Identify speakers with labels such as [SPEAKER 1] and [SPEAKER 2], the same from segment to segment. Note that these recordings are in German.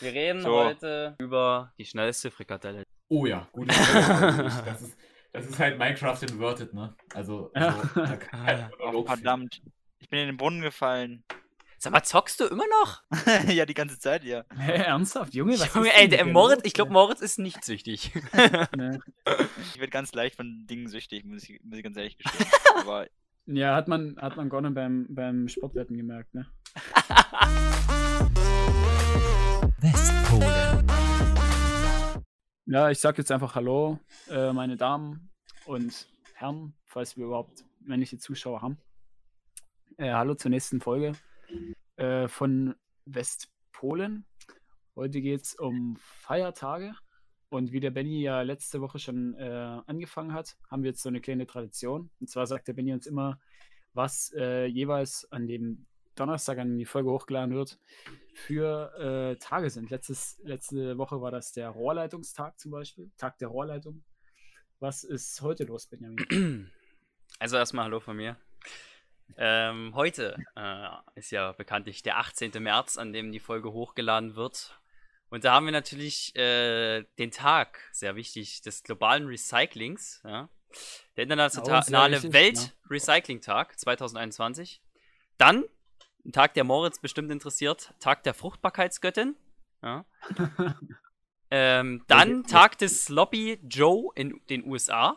[SPEAKER 1] Wir reden
[SPEAKER 2] So.
[SPEAKER 1] heute über die schnellste Frikadelle.
[SPEAKER 3] Oh ja, gute Frage. Also ich- das, ist, das ist halt Minecraft inverted, ne? Also, so, da kann halt
[SPEAKER 4] Ah,
[SPEAKER 2] Oh,
[SPEAKER 3] Monolog führen.
[SPEAKER 2] verdammt. Ich bin in den Brunnen gefallen.
[SPEAKER 5] Sag mal, zockst du immer noch?
[SPEAKER 2] ja, die ganze Zeit, ja.
[SPEAKER 6] Hä, ernsthaft, Junge? Was
[SPEAKER 5] Junge,
[SPEAKER 6] ist
[SPEAKER 5] ey,
[SPEAKER 6] denn
[SPEAKER 5] der
[SPEAKER 6] hier
[SPEAKER 5] Moritz,
[SPEAKER 6] los?
[SPEAKER 5] ich glaube, Moritz ist nicht süchtig.
[SPEAKER 6] Ne.
[SPEAKER 2] Ich werde ganz leicht von Dingen süchtig, muss ich, muss ich ganz ehrlich gestehen. Aber
[SPEAKER 4] Äh,
[SPEAKER 6] Ja, hat man, hat man Gordon beim, beim Sportwetten gemerkt, ne?
[SPEAKER 7] Westpolen.
[SPEAKER 6] Ja, ich sag jetzt einfach Hallo, äh, meine Damen und Herren, falls wir überhaupt männliche Zuschauer haben. Äh, hallo zur nächsten Folge äh, von Westpolen. Heute geht es um Feiertage. Und wie der Benny ja letzte Woche schon äh, angefangen hat, haben wir jetzt so eine kleine Tradition. Und zwar sagt der Benny uns immer, was äh, jeweils an dem Donnerstag, an dem die Folge hochgeladen wird, für äh, Tage sind. Letztes, letzte Woche war das der Rohrleitungstag zum Beispiel, Tag der Rohrleitung. Was ist heute los, Benjamin?
[SPEAKER 5] Also erstmal Hallo von mir. Ähm, heute äh, ist ja bekanntlich der 18. März, an dem die Folge hochgeladen wird. Und da haben wir natürlich äh, den Tag, sehr wichtig, des globalen Recyclings. Ja? Der
[SPEAKER 6] Ja, Oh, sehr
[SPEAKER 5] internationale
[SPEAKER 6] wichtig,
[SPEAKER 5] Welt-Recycling-Tag 2021. Dann, ein Tag, der Moritz bestimmt interessiert, Tag der Fruchtbarkeitsgöttin. Ja? Ähm, dann Tag des Sloppy Joe in den USA.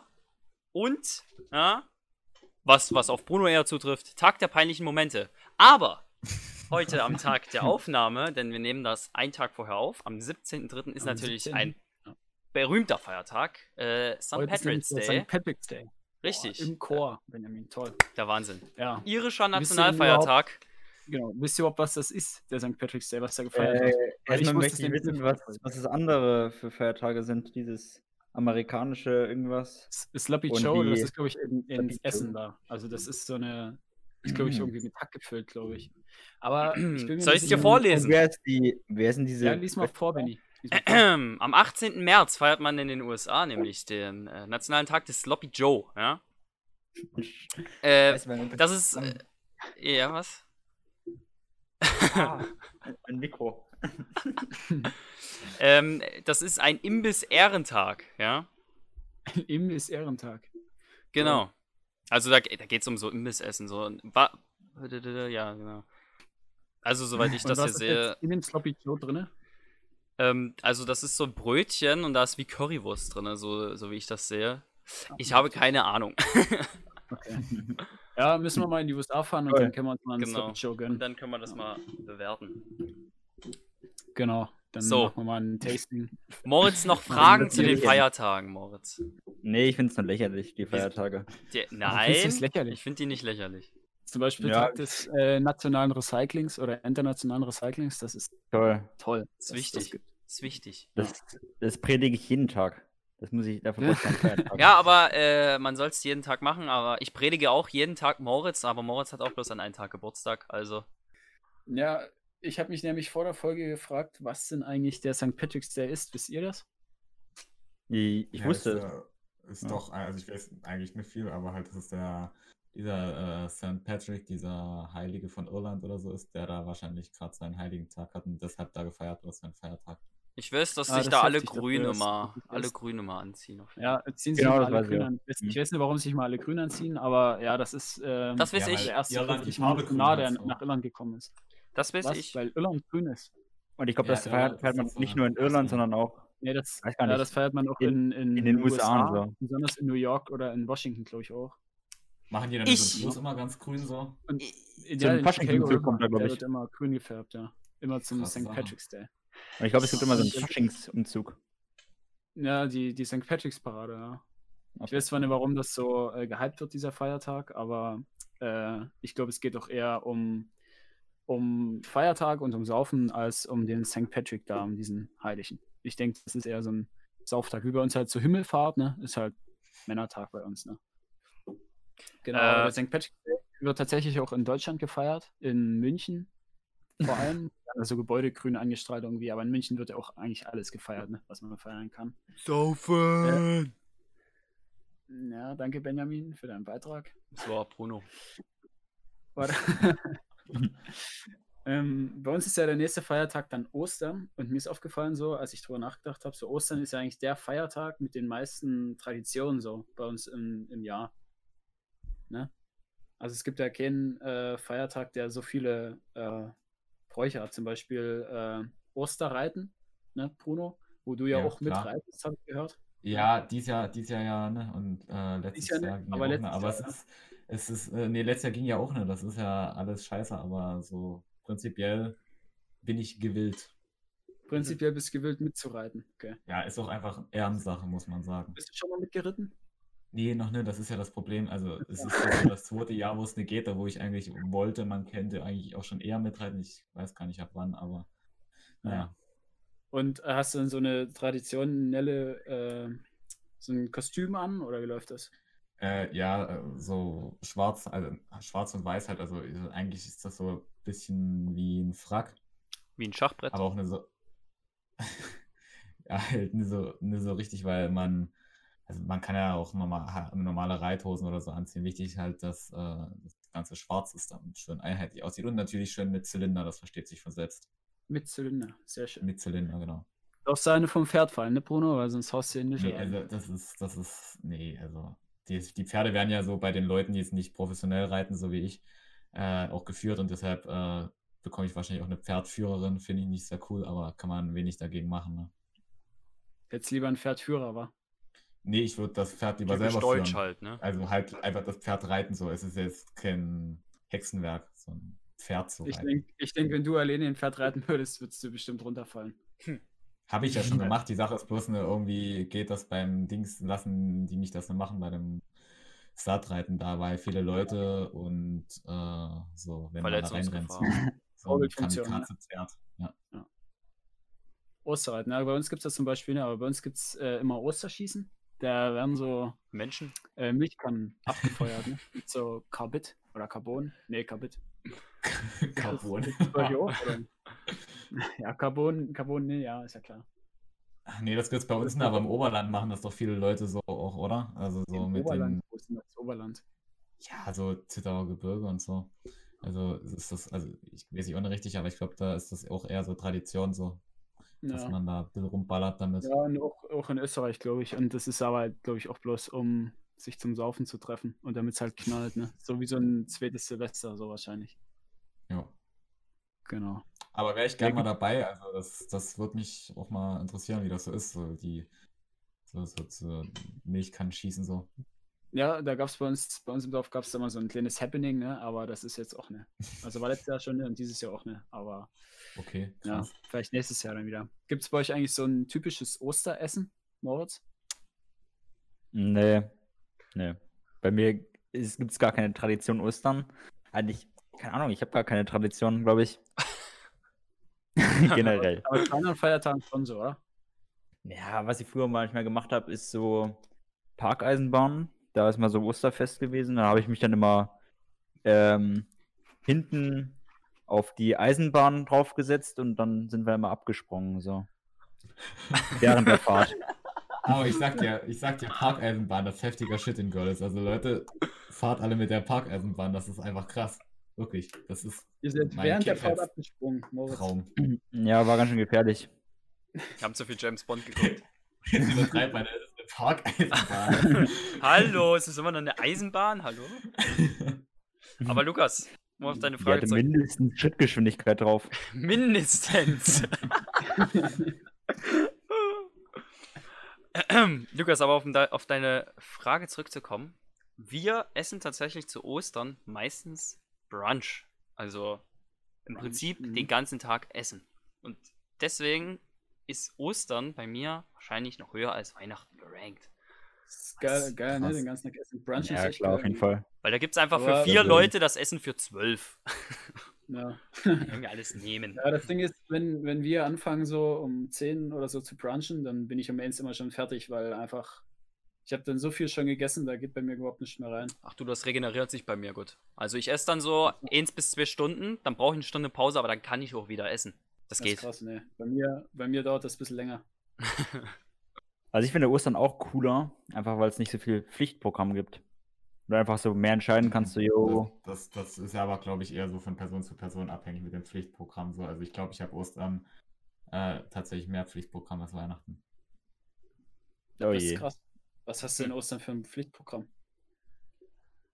[SPEAKER 5] Und, ja, was, was auf Bruno eher zutrifft, Tag der peinlichen Momente. Aber heute am Tag der Aufnahme, denn wir nehmen das einen Tag vorher auf, am 17.03. ist
[SPEAKER 6] Am
[SPEAKER 5] natürlich
[SPEAKER 6] 17..
[SPEAKER 5] ein berühmter Feiertag, äh, St.
[SPEAKER 6] Heute ist nämlich
[SPEAKER 5] Patrick's
[SPEAKER 6] der
[SPEAKER 5] Day.
[SPEAKER 6] St. Patrick's Day.
[SPEAKER 5] Richtig,
[SPEAKER 6] Boah, Im Chor, Benjamin, toll.
[SPEAKER 5] der Wahnsinn.
[SPEAKER 6] Ja,
[SPEAKER 5] Irischer
[SPEAKER 6] Wisst ihr denn
[SPEAKER 5] Nationalfeiertag.
[SPEAKER 6] genau. Wisst ihr überhaupt, was das ist, der St. Patrick's Day, was da gefeiert
[SPEAKER 4] Äh,
[SPEAKER 6] wird? Weil
[SPEAKER 4] erstmal
[SPEAKER 6] ich wusste
[SPEAKER 4] möchte
[SPEAKER 6] es
[SPEAKER 4] ich
[SPEAKER 6] nämlich
[SPEAKER 4] wissen,
[SPEAKER 6] nicht.
[SPEAKER 4] was, was das andere für Feiertage sind. Dieses amerikanische irgendwas.
[SPEAKER 6] S- Sloppy
[SPEAKER 4] und
[SPEAKER 6] Joe, das
[SPEAKER 4] die-
[SPEAKER 6] ist, glaube ich, in, in
[SPEAKER 4] Sloppy
[SPEAKER 6] Essen
[SPEAKER 4] Joe.
[SPEAKER 6] da. Also das ist so eine, ist, glaube ich,
[SPEAKER 4] Mhm.
[SPEAKER 6] irgendwie mit Hack gefüllt, glaube ich. Aber ich bin mir
[SPEAKER 5] Soll
[SPEAKER 6] nicht
[SPEAKER 5] ich's dir
[SPEAKER 6] sicher.
[SPEAKER 5] vorlesen?
[SPEAKER 4] Und wer, ist die, wer sind diese?
[SPEAKER 6] Ja, lies mal vor, Benny. Lies mal vor.
[SPEAKER 5] Am 18. März feiert man in den USA nämlich den äh, Nationalen Tag des Sloppy Joe. Ja? Äh,
[SPEAKER 4] Weiß man,
[SPEAKER 5] das ist. Äh, ja, was?
[SPEAKER 4] Ah, ein Mikro.
[SPEAKER 5] Ähm, das ist ein Imbiss-Ehrentag, ja?
[SPEAKER 6] Im ist Ehrentag.
[SPEAKER 5] Genau. Also da, da geht es um so Imbissessen, so. ein Wa- Ja, genau. Also, soweit ich
[SPEAKER 6] Und
[SPEAKER 5] das hier
[SPEAKER 6] was ist
[SPEAKER 5] sehe,
[SPEAKER 6] jetzt in dem Sloppy Joe drinne?
[SPEAKER 5] ähm, also das ist so ein Brötchen und da ist wie Currywurst drin, also so, so wie ich das sehe. Ich habe keine Ahnung.
[SPEAKER 6] Ja, müssen wir mal in die USA fahren und
[SPEAKER 4] Toll.
[SPEAKER 6] dann können wir uns mal einen
[SPEAKER 5] Genau.
[SPEAKER 6] Sloppy Joe
[SPEAKER 5] Und
[SPEAKER 6] gönnen.
[SPEAKER 5] dann können wir das mal bewerten.
[SPEAKER 6] Genau. Dann
[SPEAKER 5] So.
[SPEAKER 6] machen wir mal ein Tasting.
[SPEAKER 5] Moritz, noch Fragen zu den
[SPEAKER 4] Natürlich.
[SPEAKER 5] Feiertagen, Moritz.
[SPEAKER 4] Nee, ich finde es nur lächerlich, die Feiertage.
[SPEAKER 5] Die,
[SPEAKER 6] findest du es
[SPEAKER 5] nein,
[SPEAKER 6] lächerlich?
[SPEAKER 5] ich finde die nicht lächerlich.
[SPEAKER 6] Zum Beispiel
[SPEAKER 4] Ja.
[SPEAKER 6] Tag des äh, nationalen Recyclings oder internationalen Recyclings, das ist
[SPEAKER 4] Toll.
[SPEAKER 6] toll.
[SPEAKER 5] Ist
[SPEAKER 6] dass es das
[SPEAKER 5] wichtig.
[SPEAKER 6] gibt.
[SPEAKER 5] Ist wichtig.
[SPEAKER 4] Das, das predige ich jeden Tag. Das muss ich, dafür brauche ich keinen Feiertag.
[SPEAKER 5] Ja, aber äh, man soll es jeden Tag machen, aber ich predige auch jeden Tag Moritz, aber Moritz hat auch bloß an einem Tag Geburtstag, also.
[SPEAKER 6] Ja, ich habe mich nämlich vor der Folge gefragt, was denn eigentlich der St. Patrick's Day ist. Wisst ihr das?
[SPEAKER 4] Ich, ich
[SPEAKER 3] Ja,
[SPEAKER 4] wusste es.
[SPEAKER 3] Ist, äh, ist
[SPEAKER 4] Ja.
[SPEAKER 3] doch, also ich weiß eigentlich nicht viel, aber halt, das ist der, dieser äh, St. Patrick, dieser Heilige von Irland oder so ist, der da wahrscheinlich gerade seinen heiligen Tag hat und deshalb da gefeiert wird, sein Feiertag.
[SPEAKER 5] Ich weiß, dass
[SPEAKER 6] Ah,
[SPEAKER 5] sich
[SPEAKER 6] das
[SPEAKER 5] da
[SPEAKER 6] ist
[SPEAKER 5] alle
[SPEAKER 6] heftig, dass du
[SPEAKER 5] Grüne
[SPEAKER 6] das
[SPEAKER 5] mal,
[SPEAKER 6] wirklich
[SPEAKER 5] alle
[SPEAKER 6] weißt.
[SPEAKER 5] Grüne mal anziehen. auf jeden Fall.
[SPEAKER 6] Ja, ziehen sich
[SPEAKER 4] Genau,
[SPEAKER 6] mal
[SPEAKER 4] das
[SPEAKER 6] alle
[SPEAKER 4] weiß ich
[SPEAKER 6] grün
[SPEAKER 4] auch.
[SPEAKER 6] an. Ich weiß- Ich weiß nicht, warum sich mal alle grün anziehen, aber ja, das ist ähm,
[SPEAKER 5] Das weiß
[SPEAKER 3] Ja,
[SPEAKER 5] ich.
[SPEAKER 3] weil
[SPEAKER 6] der erste
[SPEAKER 3] Irland die
[SPEAKER 6] christliche
[SPEAKER 3] Farbe grün
[SPEAKER 6] Missionar,
[SPEAKER 3] hat,
[SPEAKER 6] der
[SPEAKER 3] so.
[SPEAKER 6] nach Irland gekommen ist.
[SPEAKER 5] Das weiß
[SPEAKER 6] Was?
[SPEAKER 5] ich.
[SPEAKER 6] Weil Irland grün ist.
[SPEAKER 4] Und ich glaube,
[SPEAKER 3] Ja,
[SPEAKER 4] das
[SPEAKER 3] ja,
[SPEAKER 4] feiert,
[SPEAKER 3] das
[SPEAKER 4] feiert man
[SPEAKER 3] ist so
[SPEAKER 4] nicht
[SPEAKER 3] eine-
[SPEAKER 4] nur in Irland, sondern auch.
[SPEAKER 6] Nee, das,
[SPEAKER 4] Weiß gar
[SPEAKER 6] ja,
[SPEAKER 4] nicht.
[SPEAKER 6] das feiert man auch
[SPEAKER 4] In-
[SPEAKER 6] in, in,
[SPEAKER 4] in den USA und so.
[SPEAKER 6] Besonders in New York oder in Washington, glaube ich, auch.
[SPEAKER 3] Machen die dann ich,
[SPEAKER 5] Ich-
[SPEAKER 3] so Schluss immer ganz grün so?
[SPEAKER 6] Ja, in
[SPEAKER 4] Fasching
[SPEAKER 6] Chicago
[SPEAKER 4] Zug kommt
[SPEAKER 6] immer.
[SPEAKER 4] er, glaub
[SPEAKER 6] Der
[SPEAKER 4] ich.
[SPEAKER 6] wird immer grün gefärbt, ja. Immer zum
[SPEAKER 3] Krasse
[SPEAKER 6] St.
[SPEAKER 3] Sache.
[SPEAKER 6] Patrick's Day.
[SPEAKER 4] Und ich glaube, es gibt immer so einen
[SPEAKER 6] Ich-
[SPEAKER 4] Faschingsumzug.
[SPEAKER 6] Ja, die, die St. Patrick's Parade, ja. Ich
[SPEAKER 4] Okay.
[SPEAKER 6] weiß zwar nicht, warum das so äh, gehypt wird, dieser Feiertag, aber äh, ich glaube, es geht doch eher um, um Feiertag und um Saufen als um den St. Patrick da, um diesen Heiligen. Ich denke, das ist eher so ein Sauftag. Wie bei uns halt zur Himmelfahrt, ne? Ist halt Männertag bei uns, ne? Genau,
[SPEAKER 5] Äh,
[SPEAKER 6] aber der St. Patrick Day wird tatsächlich auch in Deutschland gefeiert, in München vor allem. Also Gebäude grün angestrahlt irgendwie, aber in München wird ja auch eigentlich alles gefeiert, ne? was man feiern kann.
[SPEAKER 5] Saufen!
[SPEAKER 6] Äh, Ja, danke Benjamin für deinen Beitrag.
[SPEAKER 5] Das war Bruno.
[SPEAKER 6] War- Ähm, bei uns ist ja der nächste Feiertag dann Ostern und mir ist aufgefallen so, als ich drüber nachgedacht habe, so Ostern ist ja eigentlich der Feiertag mit den meisten Traditionen so bei uns im, im Jahr. Ne? Also es gibt ja keinen äh, Feiertag, der so viele äh, Bräuche hat. Zum Beispiel äh, Osterreiten, ne, Bruno, wo du ja,
[SPEAKER 3] Ja,
[SPEAKER 6] auch
[SPEAKER 3] klar.
[SPEAKER 6] mitreitest, habe ich gehört.
[SPEAKER 3] Ja, dies Jahr, dies Jahr ja, ne? Und äh, letztes
[SPEAKER 6] Dies Jahr nicht,
[SPEAKER 3] Jahr ging
[SPEAKER 6] aber
[SPEAKER 3] ja auch, ne?
[SPEAKER 6] letztes
[SPEAKER 3] Aber es
[SPEAKER 6] Jahr,
[SPEAKER 3] ist, es ist, äh, nee, letztes Jahr ging ja auch, ne? Das ist ja alles scheiße, aber so prinzipiell bin ich gewillt.
[SPEAKER 6] Prinzipiell bist du gewillt mitzureiten. Okay.
[SPEAKER 3] Ja, ist auch einfach Ehrensache, muss man sagen.
[SPEAKER 6] Bist du schon mal mitgeritten?
[SPEAKER 3] Nee, noch nicht, das ist ja das Problem. Also, es ist jetzt so das zweite Jahr, wo es nicht geht, da wo ich eigentlich wollte, man könnte eigentlich auch schon eher mitreiten. Ich weiß gar nicht ab wann, aber naja.
[SPEAKER 6] Und äh, hast du dann so eine traditionelle, äh, so ein Kostüm an oder wie läuft das?
[SPEAKER 3] Äh, ja, äh, so schwarz, also schwarz und weiß halt, also äh, eigentlich ist das so ein bisschen wie ein Frack.
[SPEAKER 1] Wie ein Schachbrett.
[SPEAKER 3] Aber auch eine so. ja, halt nicht so, nicht so richtig, weil man. Also man kann ja auch normal, ha- normale Reithosen oder so anziehen. Wichtig halt, dass äh, das ganze Schwarz ist, damit es schön einheitlich aussieht. Und natürlich schön mit Zylinder, das versteht sich von selbst.
[SPEAKER 6] Mit Zylinder, sehr schön.
[SPEAKER 3] Mit Zylinder, genau.
[SPEAKER 6] Darfst du eine vom Pferd fallen, ne, Bruno? Weil sonst haust du ihn nicht.
[SPEAKER 3] Nee,
[SPEAKER 6] rein.
[SPEAKER 3] also das ist, das ist, nee, also die, die Pferde werden ja so bei den Leuten, die jetzt nicht professionell reiten, so wie ich, äh, auch geführt und deshalb äh, bekomme ich wahrscheinlich auch eine Pferdführerin. Finde ich nicht sehr cool, aber kann man wenig dagegen machen. Ne?
[SPEAKER 6] Jetzt lieber ein Pferdführer, war.
[SPEAKER 3] Nee, ich würde das Pferd lieber
[SPEAKER 1] Typisch
[SPEAKER 3] selber
[SPEAKER 1] deutsch
[SPEAKER 3] führen.
[SPEAKER 1] halt, ne?
[SPEAKER 3] Also halt einfach das Pferd reiten so. Es ist jetzt kein Hexenwerk, so ein Pferd zu
[SPEAKER 6] Ich
[SPEAKER 3] reiten.
[SPEAKER 6] denke, ich denk, wenn du alleine ein Pferd reiten würdest, würdest du bestimmt runterfallen.
[SPEAKER 3] Habe ich ja schon gemacht. Die Sache ist bloß ne, irgendwie geht das beim Dings, lassen die mich das nicht machen bei dem Startreiten da, weil viele Leute und äh, so, wenn man da reinrennt.
[SPEAKER 1] Verletzungsgefahr.
[SPEAKER 3] So, so ein
[SPEAKER 6] Vorbildfunktion, ne?
[SPEAKER 3] Kamikaze-Pferd. Ja.
[SPEAKER 6] Osterreiten, ja, ne? Also bei uns gibt es das zum Beispiel, ne, aber bei uns gibt es äh, immer Osterschießen. Da werden so
[SPEAKER 1] Menschen.
[SPEAKER 6] äh, Milchkannen abgefeuert, ne? Mit so Carbid oder Carbon. Nee, Carbid.
[SPEAKER 3] Carbon.
[SPEAKER 6] Bei dir auch, oder? ja, Carbon, Carbon, nee, ja, ist ja klar.
[SPEAKER 3] nee, das gibt's bei uns nicht, aber im Oberland machen das doch viele Leute so auch, oder? Also so
[SPEAKER 6] Im
[SPEAKER 3] mit den
[SPEAKER 6] Oberland, wo ist denn das Oberland?
[SPEAKER 3] Ja, so Also Zittauer Gebirge und so. Also es ist das, also ich weiß nicht unrichtig, aber ich glaube, da ist das auch eher so Tradition so, dass
[SPEAKER 6] Ja.
[SPEAKER 3] man da ein bisschen rumballert damit.
[SPEAKER 6] Ja, und auch, auch in Österreich, glaube ich. Und das ist aber, glaube ich, auch bloß, um sich zum Saufen zu treffen und damit es halt knallt, ne? So wie so ein zweites Silvester, so wahrscheinlich.
[SPEAKER 3] Ja.
[SPEAKER 6] Genau.
[SPEAKER 3] Aber wäre ich gerne mal dabei, also das, das würde mich auch mal interessieren, wie das so ist, so die so, so, so Milch kann schießen so.
[SPEAKER 6] Ja, da gab es bei uns, bei uns im Dorf gab es da mal so ein kleines Happening, ne? Aber das ist jetzt auch ne. Also war letztes Jahr schon ne, und dieses Jahr auch ne. Aber
[SPEAKER 3] Okay,
[SPEAKER 6] ja,
[SPEAKER 3] Oh, krass.
[SPEAKER 6] vielleicht nächstes Jahr dann wieder. Gibt es bei euch eigentlich so ein typisches Osteressen, Moritz?
[SPEAKER 4] Nee. Nee. Bei mir gibt es gar keine Tradition Ostern. Eigentlich, keine Ahnung, ich habe gar keine Tradition, glaube ich. Generell.
[SPEAKER 6] Aber zu anderen Feiertagen schon so, oder?
[SPEAKER 4] Ja, was ich früher manchmal gemacht habe, ist so Parkeisenbahn. Da ist mal so Osterfest gewesen. Da habe ich mich dann immer ähm, hinten auf die Eisenbahn draufgesetzt und dann sind wir immer abgesprungen. So. Während der Fahrt.
[SPEAKER 3] Aber ich sag dir, ich sag dir, Parkeisenbahn, das ist heftiger Shit in Görlitz. Also Leute, fahrt alle mit der Parkeisenbahn, das ist einfach krass. Wirklich, das ist
[SPEAKER 6] Ihr seid
[SPEAKER 3] Meine
[SPEAKER 6] während der
[SPEAKER 3] Kindheit.
[SPEAKER 6] Fahrt abgesprungen, Moritz.
[SPEAKER 3] Traum.
[SPEAKER 4] Ja, war ganz schön gefährlich.
[SPEAKER 1] Wir haben zu viel James Bond geguckt.
[SPEAKER 3] Jetzt übertreibt man, das ist eine Parkeisenbahn.
[SPEAKER 1] Hallo, ist das immer noch eine Eisenbahn? Hallo? Aber Lukas, um auf deine
[SPEAKER 4] Die
[SPEAKER 1] Frage
[SPEAKER 4] hatte
[SPEAKER 1] zurück.
[SPEAKER 4] mindestens Schrittgeschwindigkeit drauf.
[SPEAKER 1] Mindestens. Lukas, aber auf, de auf deine Frage zurückzukommen. Wir essen tatsächlich zu Ostern meistens Brunch. Also im
[SPEAKER 6] Brunch,
[SPEAKER 1] Prinzip
[SPEAKER 6] mhm.
[SPEAKER 1] den ganzen Tag essen. Und deswegen ist Ostern bei mir wahrscheinlich noch höher als Weihnachten gerankt.
[SPEAKER 6] Ist Geil, geil, ne?
[SPEAKER 3] Krass.
[SPEAKER 6] Den ganzen Tag essen. Brunch ist
[SPEAKER 4] Ja,
[SPEAKER 6] echt
[SPEAKER 4] klar,
[SPEAKER 6] geil.
[SPEAKER 4] auf jeden Fall.
[SPEAKER 1] Weil da gibt es einfach für
[SPEAKER 6] Aber-
[SPEAKER 1] vier
[SPEAKER 3] Also-
[SPEAKER 1] Leute das Essen für zwölf.
[SPEAKER 6] Ja.
[SPEAKER 1] Können wir alles nehmen.
[SPEAKER 6] Ja, das Ding ist, wenn, wenn wir anfangen, so um 10 oder so zu brunchen, dann bin ich um 1 immer schon fertig, weil einfach, ich habe dann so viel schon gegessen, da geht bei mir überhaupt nicht mehr rein.
[SPEAKER 1] Ach du, das regeneriert sich bei mir gut. Also ich esse dann so eins bis zwei Stunden, dann brauche ich eine Stunde Pause, aber dann kann ich auch wieder essen. Das,
[SPEAKER 6] Das ist
[SPEAKER 1] geht.
[SPEAKER 6] krass, ne. Bei mir, bei mir dauert das ein bisschen länger.
[SPEAKER 4] Also ich finde Ostern auch cooler, einfach weil es nicht so viel Pflichtprogramm gibt. Oder einfach so mehr entscheiden kannst du, yo,
[SPEAKER 3] Das, das, das ist ja aber, glaube ich, eher so von Person zu Person abhängig mit dem Pflichtprogramm. So. Also ich glaube, ich habe Ostern äh, tatsächlich mehr Pflichtprogramm als Weihnachten.
[SPEAKER 4] oh
[SPEAKER 6] das ist
[SPEAKER 4] je. Hm.
[SPEAKER 6] krass. Was hast du in Ostern für ein Pflichtprogramm?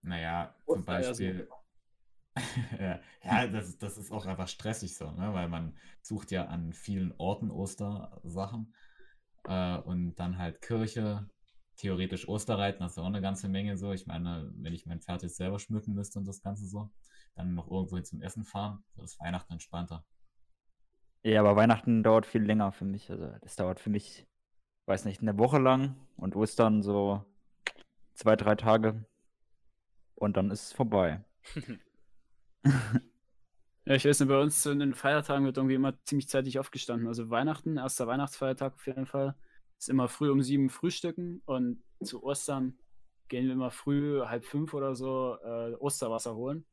[SPEAKER 3] Naja, zum
[SPEAKER 6] Ostern, ja, so.
[SPEAKER 3] Beispiel. ja, ja, das, das ist auch einfach stressig so, ne? weil man sucht ja an vielen Orten Ostersachen äh, und dann halt Kirche, theoretisch Osterreiten, das ist auch eine ganze Menge so. Ich meine, wenn ich mein Pferd jetzt selber schmücken müsste und das Ganze so, dann noch irgendwo hin zum Essen fahren, so ist Weihnachten entspannter.
[SPEAKER 4] Ja, aber Weihnachten dauert viel länger für mich. Also das dauert für mich, weiß nicht, eine Woche lang und Ostern so zwei, drei Tage. Und dann ist es vorbei.
[SPEAKER 6] Ja, ich weiß nicht, bei uns in den Feiertagen wird irgendwie immer ziemlich zeitig aufgestanden. Also Weihnachten, erster Weihnachtsfeiertag auf jeden Fall, ist immer früh um sieben frühstücken und zu Ostern gehen wir immer früh, halb fünf oder so, äh, Osterwasser holen.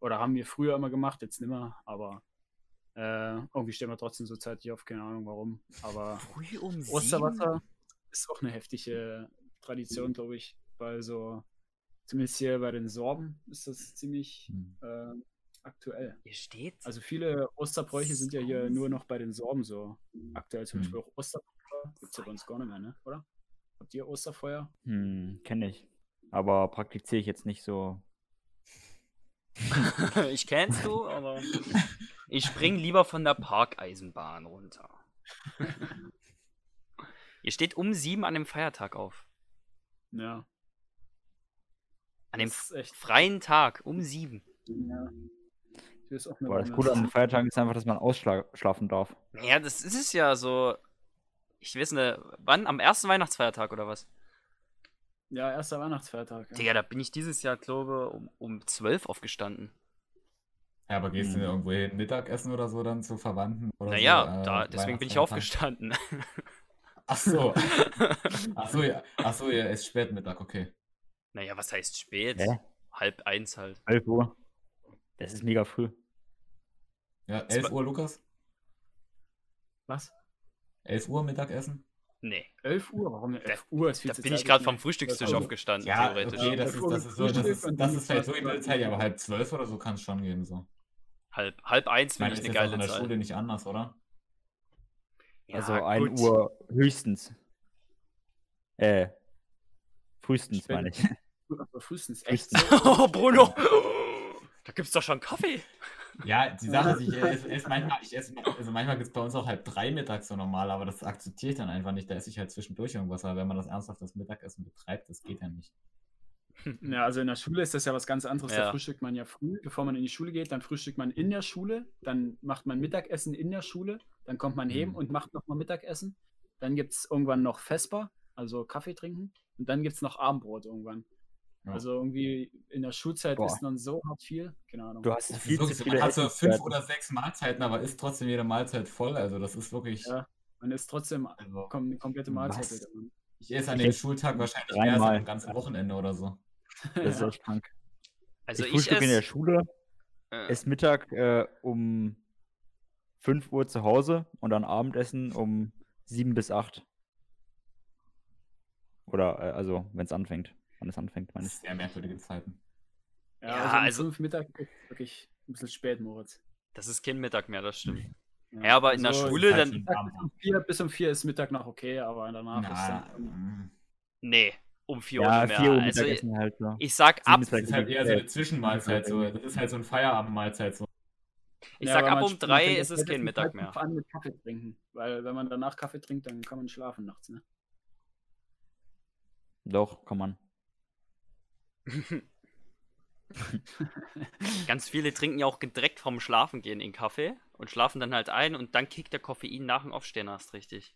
[SPEAKER 6] Oder haben wir früher immer gemacht, jetzt nicht mehr, aber äh, irgendwie stehen wir trotzdem so zeitig auf, keine Ahnung warum. Aber
[SPEAKER 5] Früh um
[SPEAKER 6] Osterwasser ist auch eine heftige Tradition, glaube ich, weil so, zumindest hier bei den Sorben ist das ziemlich
[SPEAKER 3] Hm.
[SPEAKER 6] äh, aktuell.
[SPEAKER 5] Hier steht's.
[SPEAKER 6] Also viele Osterbräuche sind ja hier nur noch bei den Sorben so. Aktuell zum
[SPEAKER 3] Hm.
[SPEAKER 6] Beispiel auch Osterfeuer. Gibt es ja bei uns gar nicht mehr, ne? oder? Habt ihr Osterfeuer?
[SPEAKER 4] Hm, kenne ich. Aber praktiziere ich jetzt nicht so.
[SPEAKER 5] ich kennst du, aber ich spring lieber von der Parkeisenbahn runter. Ihr steht um sieben an dem Feiertag auf.
[SPEAKER 6] Ja.
[SPEAKER 5] An dem
[SPEAKER 6] Das ist echt.
[SPEAKER 5] freien Tag um sieben.
[SPEAKER 6] Ja. Das ist auch eine
[SPEAKER 4] Boah, das
[SPEAKER 6] Wonne.
[SPEAKER 4] Coole an den Feiertagen ist einfach, dass man ausschlafen darf.
[SPEAKER 5] Ja, das ist es ja so. Ich weiß nicht, wann? Am ersten Weihnachtsfeiertag oder was?
[SPEAKER 6] Ja, erster Weihnachtsfeiertag. Ja.
[SPEAKER 5] Digga, da bin ich dieses Jahr, glaube ich, um, um zwölf aufgestanden.
[SPEAKER 3] Ja, aber gehst du
[SPEAKER 5] Mhm.
[SPEAKER 3] denn
[SPEAKER 4] Hm.
[SPEAKER 3] irgendwo hin, Mittagessen oder so dann zu Verwandten? Oder
[SPEAKER 5] Naja,
[SPEAKER 3] so, äh,
[SPEAKER 5] da, deswegen bin ich aufgestanden.
[SPEAKER 3] Weihnachtsfeiertag? Ach so. Ach so, ja. Ach so, ja, ist Spätmittag, okay.
[SPEAKER 5] naja, was heißt spät?
[SPEAKER 4] Hä?
[SPEAKER 5] Halb eins halt.
[SPEAKER 4] 11 Uhr. Das ist mega früh.
[SPEAKER 3] Ja, 11
[SPEAKER 5] Zwei-
[SPEAKER 3] Uhr, Lukas?
[SPEAKER 6] Was?
[SPEAKER 3] 11 Uhr Mittagessen?
[SPEAKER 5] Nee,
[SPEAKER 6] 11 Uhr? Warum denn 11 Uhr? Ist viel
[SPEAKER 5] da
[SPEAKER 6] zu
[SPEAKER 5] bin ich
[SPEAKER 6] zeitig,
[SPEAKER 5] gerade
[SPEAKER 6] ne?
[SPEAKER 5] vom Frühstückstisch
[SPEAKER 3] Also,
[SPEAKER 5] aufgestanden, theoretisch.
[SPEAKER 3] okay, das ist,
[SPEAKER 6] Ja, vor
[SPEAKER 3] das
[SPEAKER 6] dem
[SPEAKER 3] ist so, das
[SPEAKER 6] Frühstück
[SPEAKER 3] ist,
[SPEAKER 6] und
[SPEAKER 3] das
[SPEAKER 6] dann
[SPEAKER 3] ist vielleicht so
[SPEAKER 6] fast
[SPEAKER 3] Mittelzeit, aber halb zwölf oder so kann es schon geben. So.
[SPEAKER 5] Halb, halb eins
[SPEAKER 3] Ich
[SPEAKER 5] finde
[SPEAKER 3] meine,
[SPEAKER 5] ich
[SPEAKER 3] ist
[SPEAKER 5] eine
[SPEAKER 3] jetzt auch
[SPEAKER 5] geile
[SPEAKER 3] in der
[SPEAKER 5] Zahl.
[SPEAKER 3] Schule nicht anders, oder?
[SPEAKER 4] Also
[SPEAKER 5] Ja,
[SPEAKER 4] 1
[SPEAKER 5] gut.
[SPEAKER 4] Uhr höchstens. Äh. Frühestens
[SPEAKER 6] Spät.
[SPEAKER 4] meine ich.
[SPEAKER 6] Aber frühestens. Echt?
[SPEAKER 4] Frühestens.
[SPEAKER 5] Oh, Bruno! Da gibt's doch schon Kaffee.
[SPEAKER 3] Ja, die Sache ist, ich esse, esse manchmal, ich esse, also manchmal gibt es bei uns auch halb drei mittags so normal, aber das akzeptiere ich dann einfach nicht. Da esse ich halt zwischendurch irgendwas, aber wenn man das ernsthaft das Mittagessen betreibt, das geht ja nicht.
[SPEAKER 6] Ja, also in der Schule ist das ja was ganz anderes. Da
[SPEAKER 5] Ja.
[SPEAKER 6] frühstückt man ja früh, bevor man in die Schule geht. Dann frühstückt man in der Schule. Dann macht man Mittagessen in der Schule. Dann kommt man heim
[SPEAKER 3] Mhm.
[SPEAKER 6] und macht nochmal Mittagessen. Dann gibt es irgendwann noch Vesper, also Kaffee trinken. Und dann gibt es noch Abendbrot irgendwann.
[SPEAKER 3] Ja.
[SPEAKER 6] Also irgendwie in der Schulzeit
[SPEAKER 4] Boah.
[SPEAKER 6] isst man so hart viel. Keine Ahnung.
[SPEAKER 4] Du hast
[SPEAKER 3] Das
[SPEAKER 4] viel
[SPEAKER 3] ist
[SPEAKER 4] zu
[SPEAKER 3] wirklich, so,
[SPEAKER 4] viele
[SPEAKER 3] man hat so fünf
[SPEAKER 4] Essenszeiten.
[SPEAKER 3] oder sechs Mahlzeiten, aber ist trotzdem jede Mahlzeit voll. Also das ist wirklich.
[SPEAKER 6] Ja. Man isst trotzdem
[SPEAKER 3] Also,
[SPEAKER 6] kom eine komplette Mahlzeit.
[SPEAKER 3] Was?
[SPEAKER 6] Digga.
[SPEAKER 3] ich esse an
[SPEAKER 4] Ich
[SPEAKER 3] dem
[SPEAKER 4] esse
[SPEAKER 3] Schultag wahrscheinlich mehr als
[SPEAKER 4] dreimal.
[SPEAKER 3] am ganzen Wochenende oder so.
[SPEAKER 4] Das ist echt krank.
[SPEAKER 5] Also
[SPEAKER 4] ich
[SPEAKER 5] ich,
[SPEAKER 4] frühstücke in der
[SPEAKER 5] esse.
[SPEAKER 4] Schule,
[SPEAKER 5] äh,
[SPEAKER 4] esse Mittag äh, um 5 Uhr zu Hause und dann Abendessen um 7 bis 8. Oder, äh, also, wenn es anfängt. Wann es anfängt, meine
[SPEAKER 3] Das
[SPEAKER 4] ich.
[SPEAKER 3] ist sehr merkwürdige Zeiten.
[SPEAKER 6] Ja,
[SPEAKER 5] Ja,
[SPEAKER 6] also, um
[SPEAKER 5] also-
[SPEAKER 6] fünf Mittag ist wirklich ein bisschen spät, Moritz.
[SPEAKER 5] das ist kein Mittag mehr, das stimmt. Ja, aber in der
[SPEAKER 6] also
[SPEAKER 5] Schule dann.
[SPEAKER 3] Halt schon am
[SPEAKER 6] Bis um, vier, bis um vier ist Mittag noch okay, aber danach ist
[SPEAKER 3] Na,
[SPEAKER 6] dann
[SPEAKER 3] mm.
[SPEAKER 5] Nee, um vier Uhr
[SPEAKER 4] Ja,
[SPEAKER 5] nicht mehr.
[SPEAKER 4] 4 Uhr
[SPEAKER 5] also,
[SPEAKER 4] Mittagessen halt. Ja.
[SPEAKER 5] ich sag
[SPEAKER 4] Sieben
[SPEAKER 5] ab,
[SPEAKER 4] ist
[SPEAKER 3] das ist halt eher so eine
[SPEAKER 4] Äh,
[SPEAKER 3] Zwischenmahlzeit. So. Das ist halt so ein Feierabendmahlzeit. So.
[SPEAKER 5] ich
[SPEAKER 6] Ja,
[SPEAKER 5] sag
[SPEAKER 6] aber
[SPEAKER 5] ab
[SPEAKER 6] man-
[SPEAKER 5] um
[SPEAKER 6] man
[SPEAKER 5] drei
[SPEAKER 6] fängt halt
[SPEAKER 5] ist
[SPEAKER 6] ja
[SPEAKER 5] es kein
[SPEAKER 6] spätestens
[SPEAKER 5] Mittag
[SPEAKER 6] halb
[SPEAKER 5] mehr.
[SPEAKER 6] fünf an mit Kaffee trinken, weil wenn man danach Kaffee trinkt, dann kann man schlafen nachts. Ne?
[SPEAKER 4] Doch, kann man.
[SPEAKER 5] Ganz viele trinken ja auch direkt vom Schlafen gehen in Kaffee und schlafen dann halt ein und dann kickt der Koffein nach dem Aufstehen erst richtig.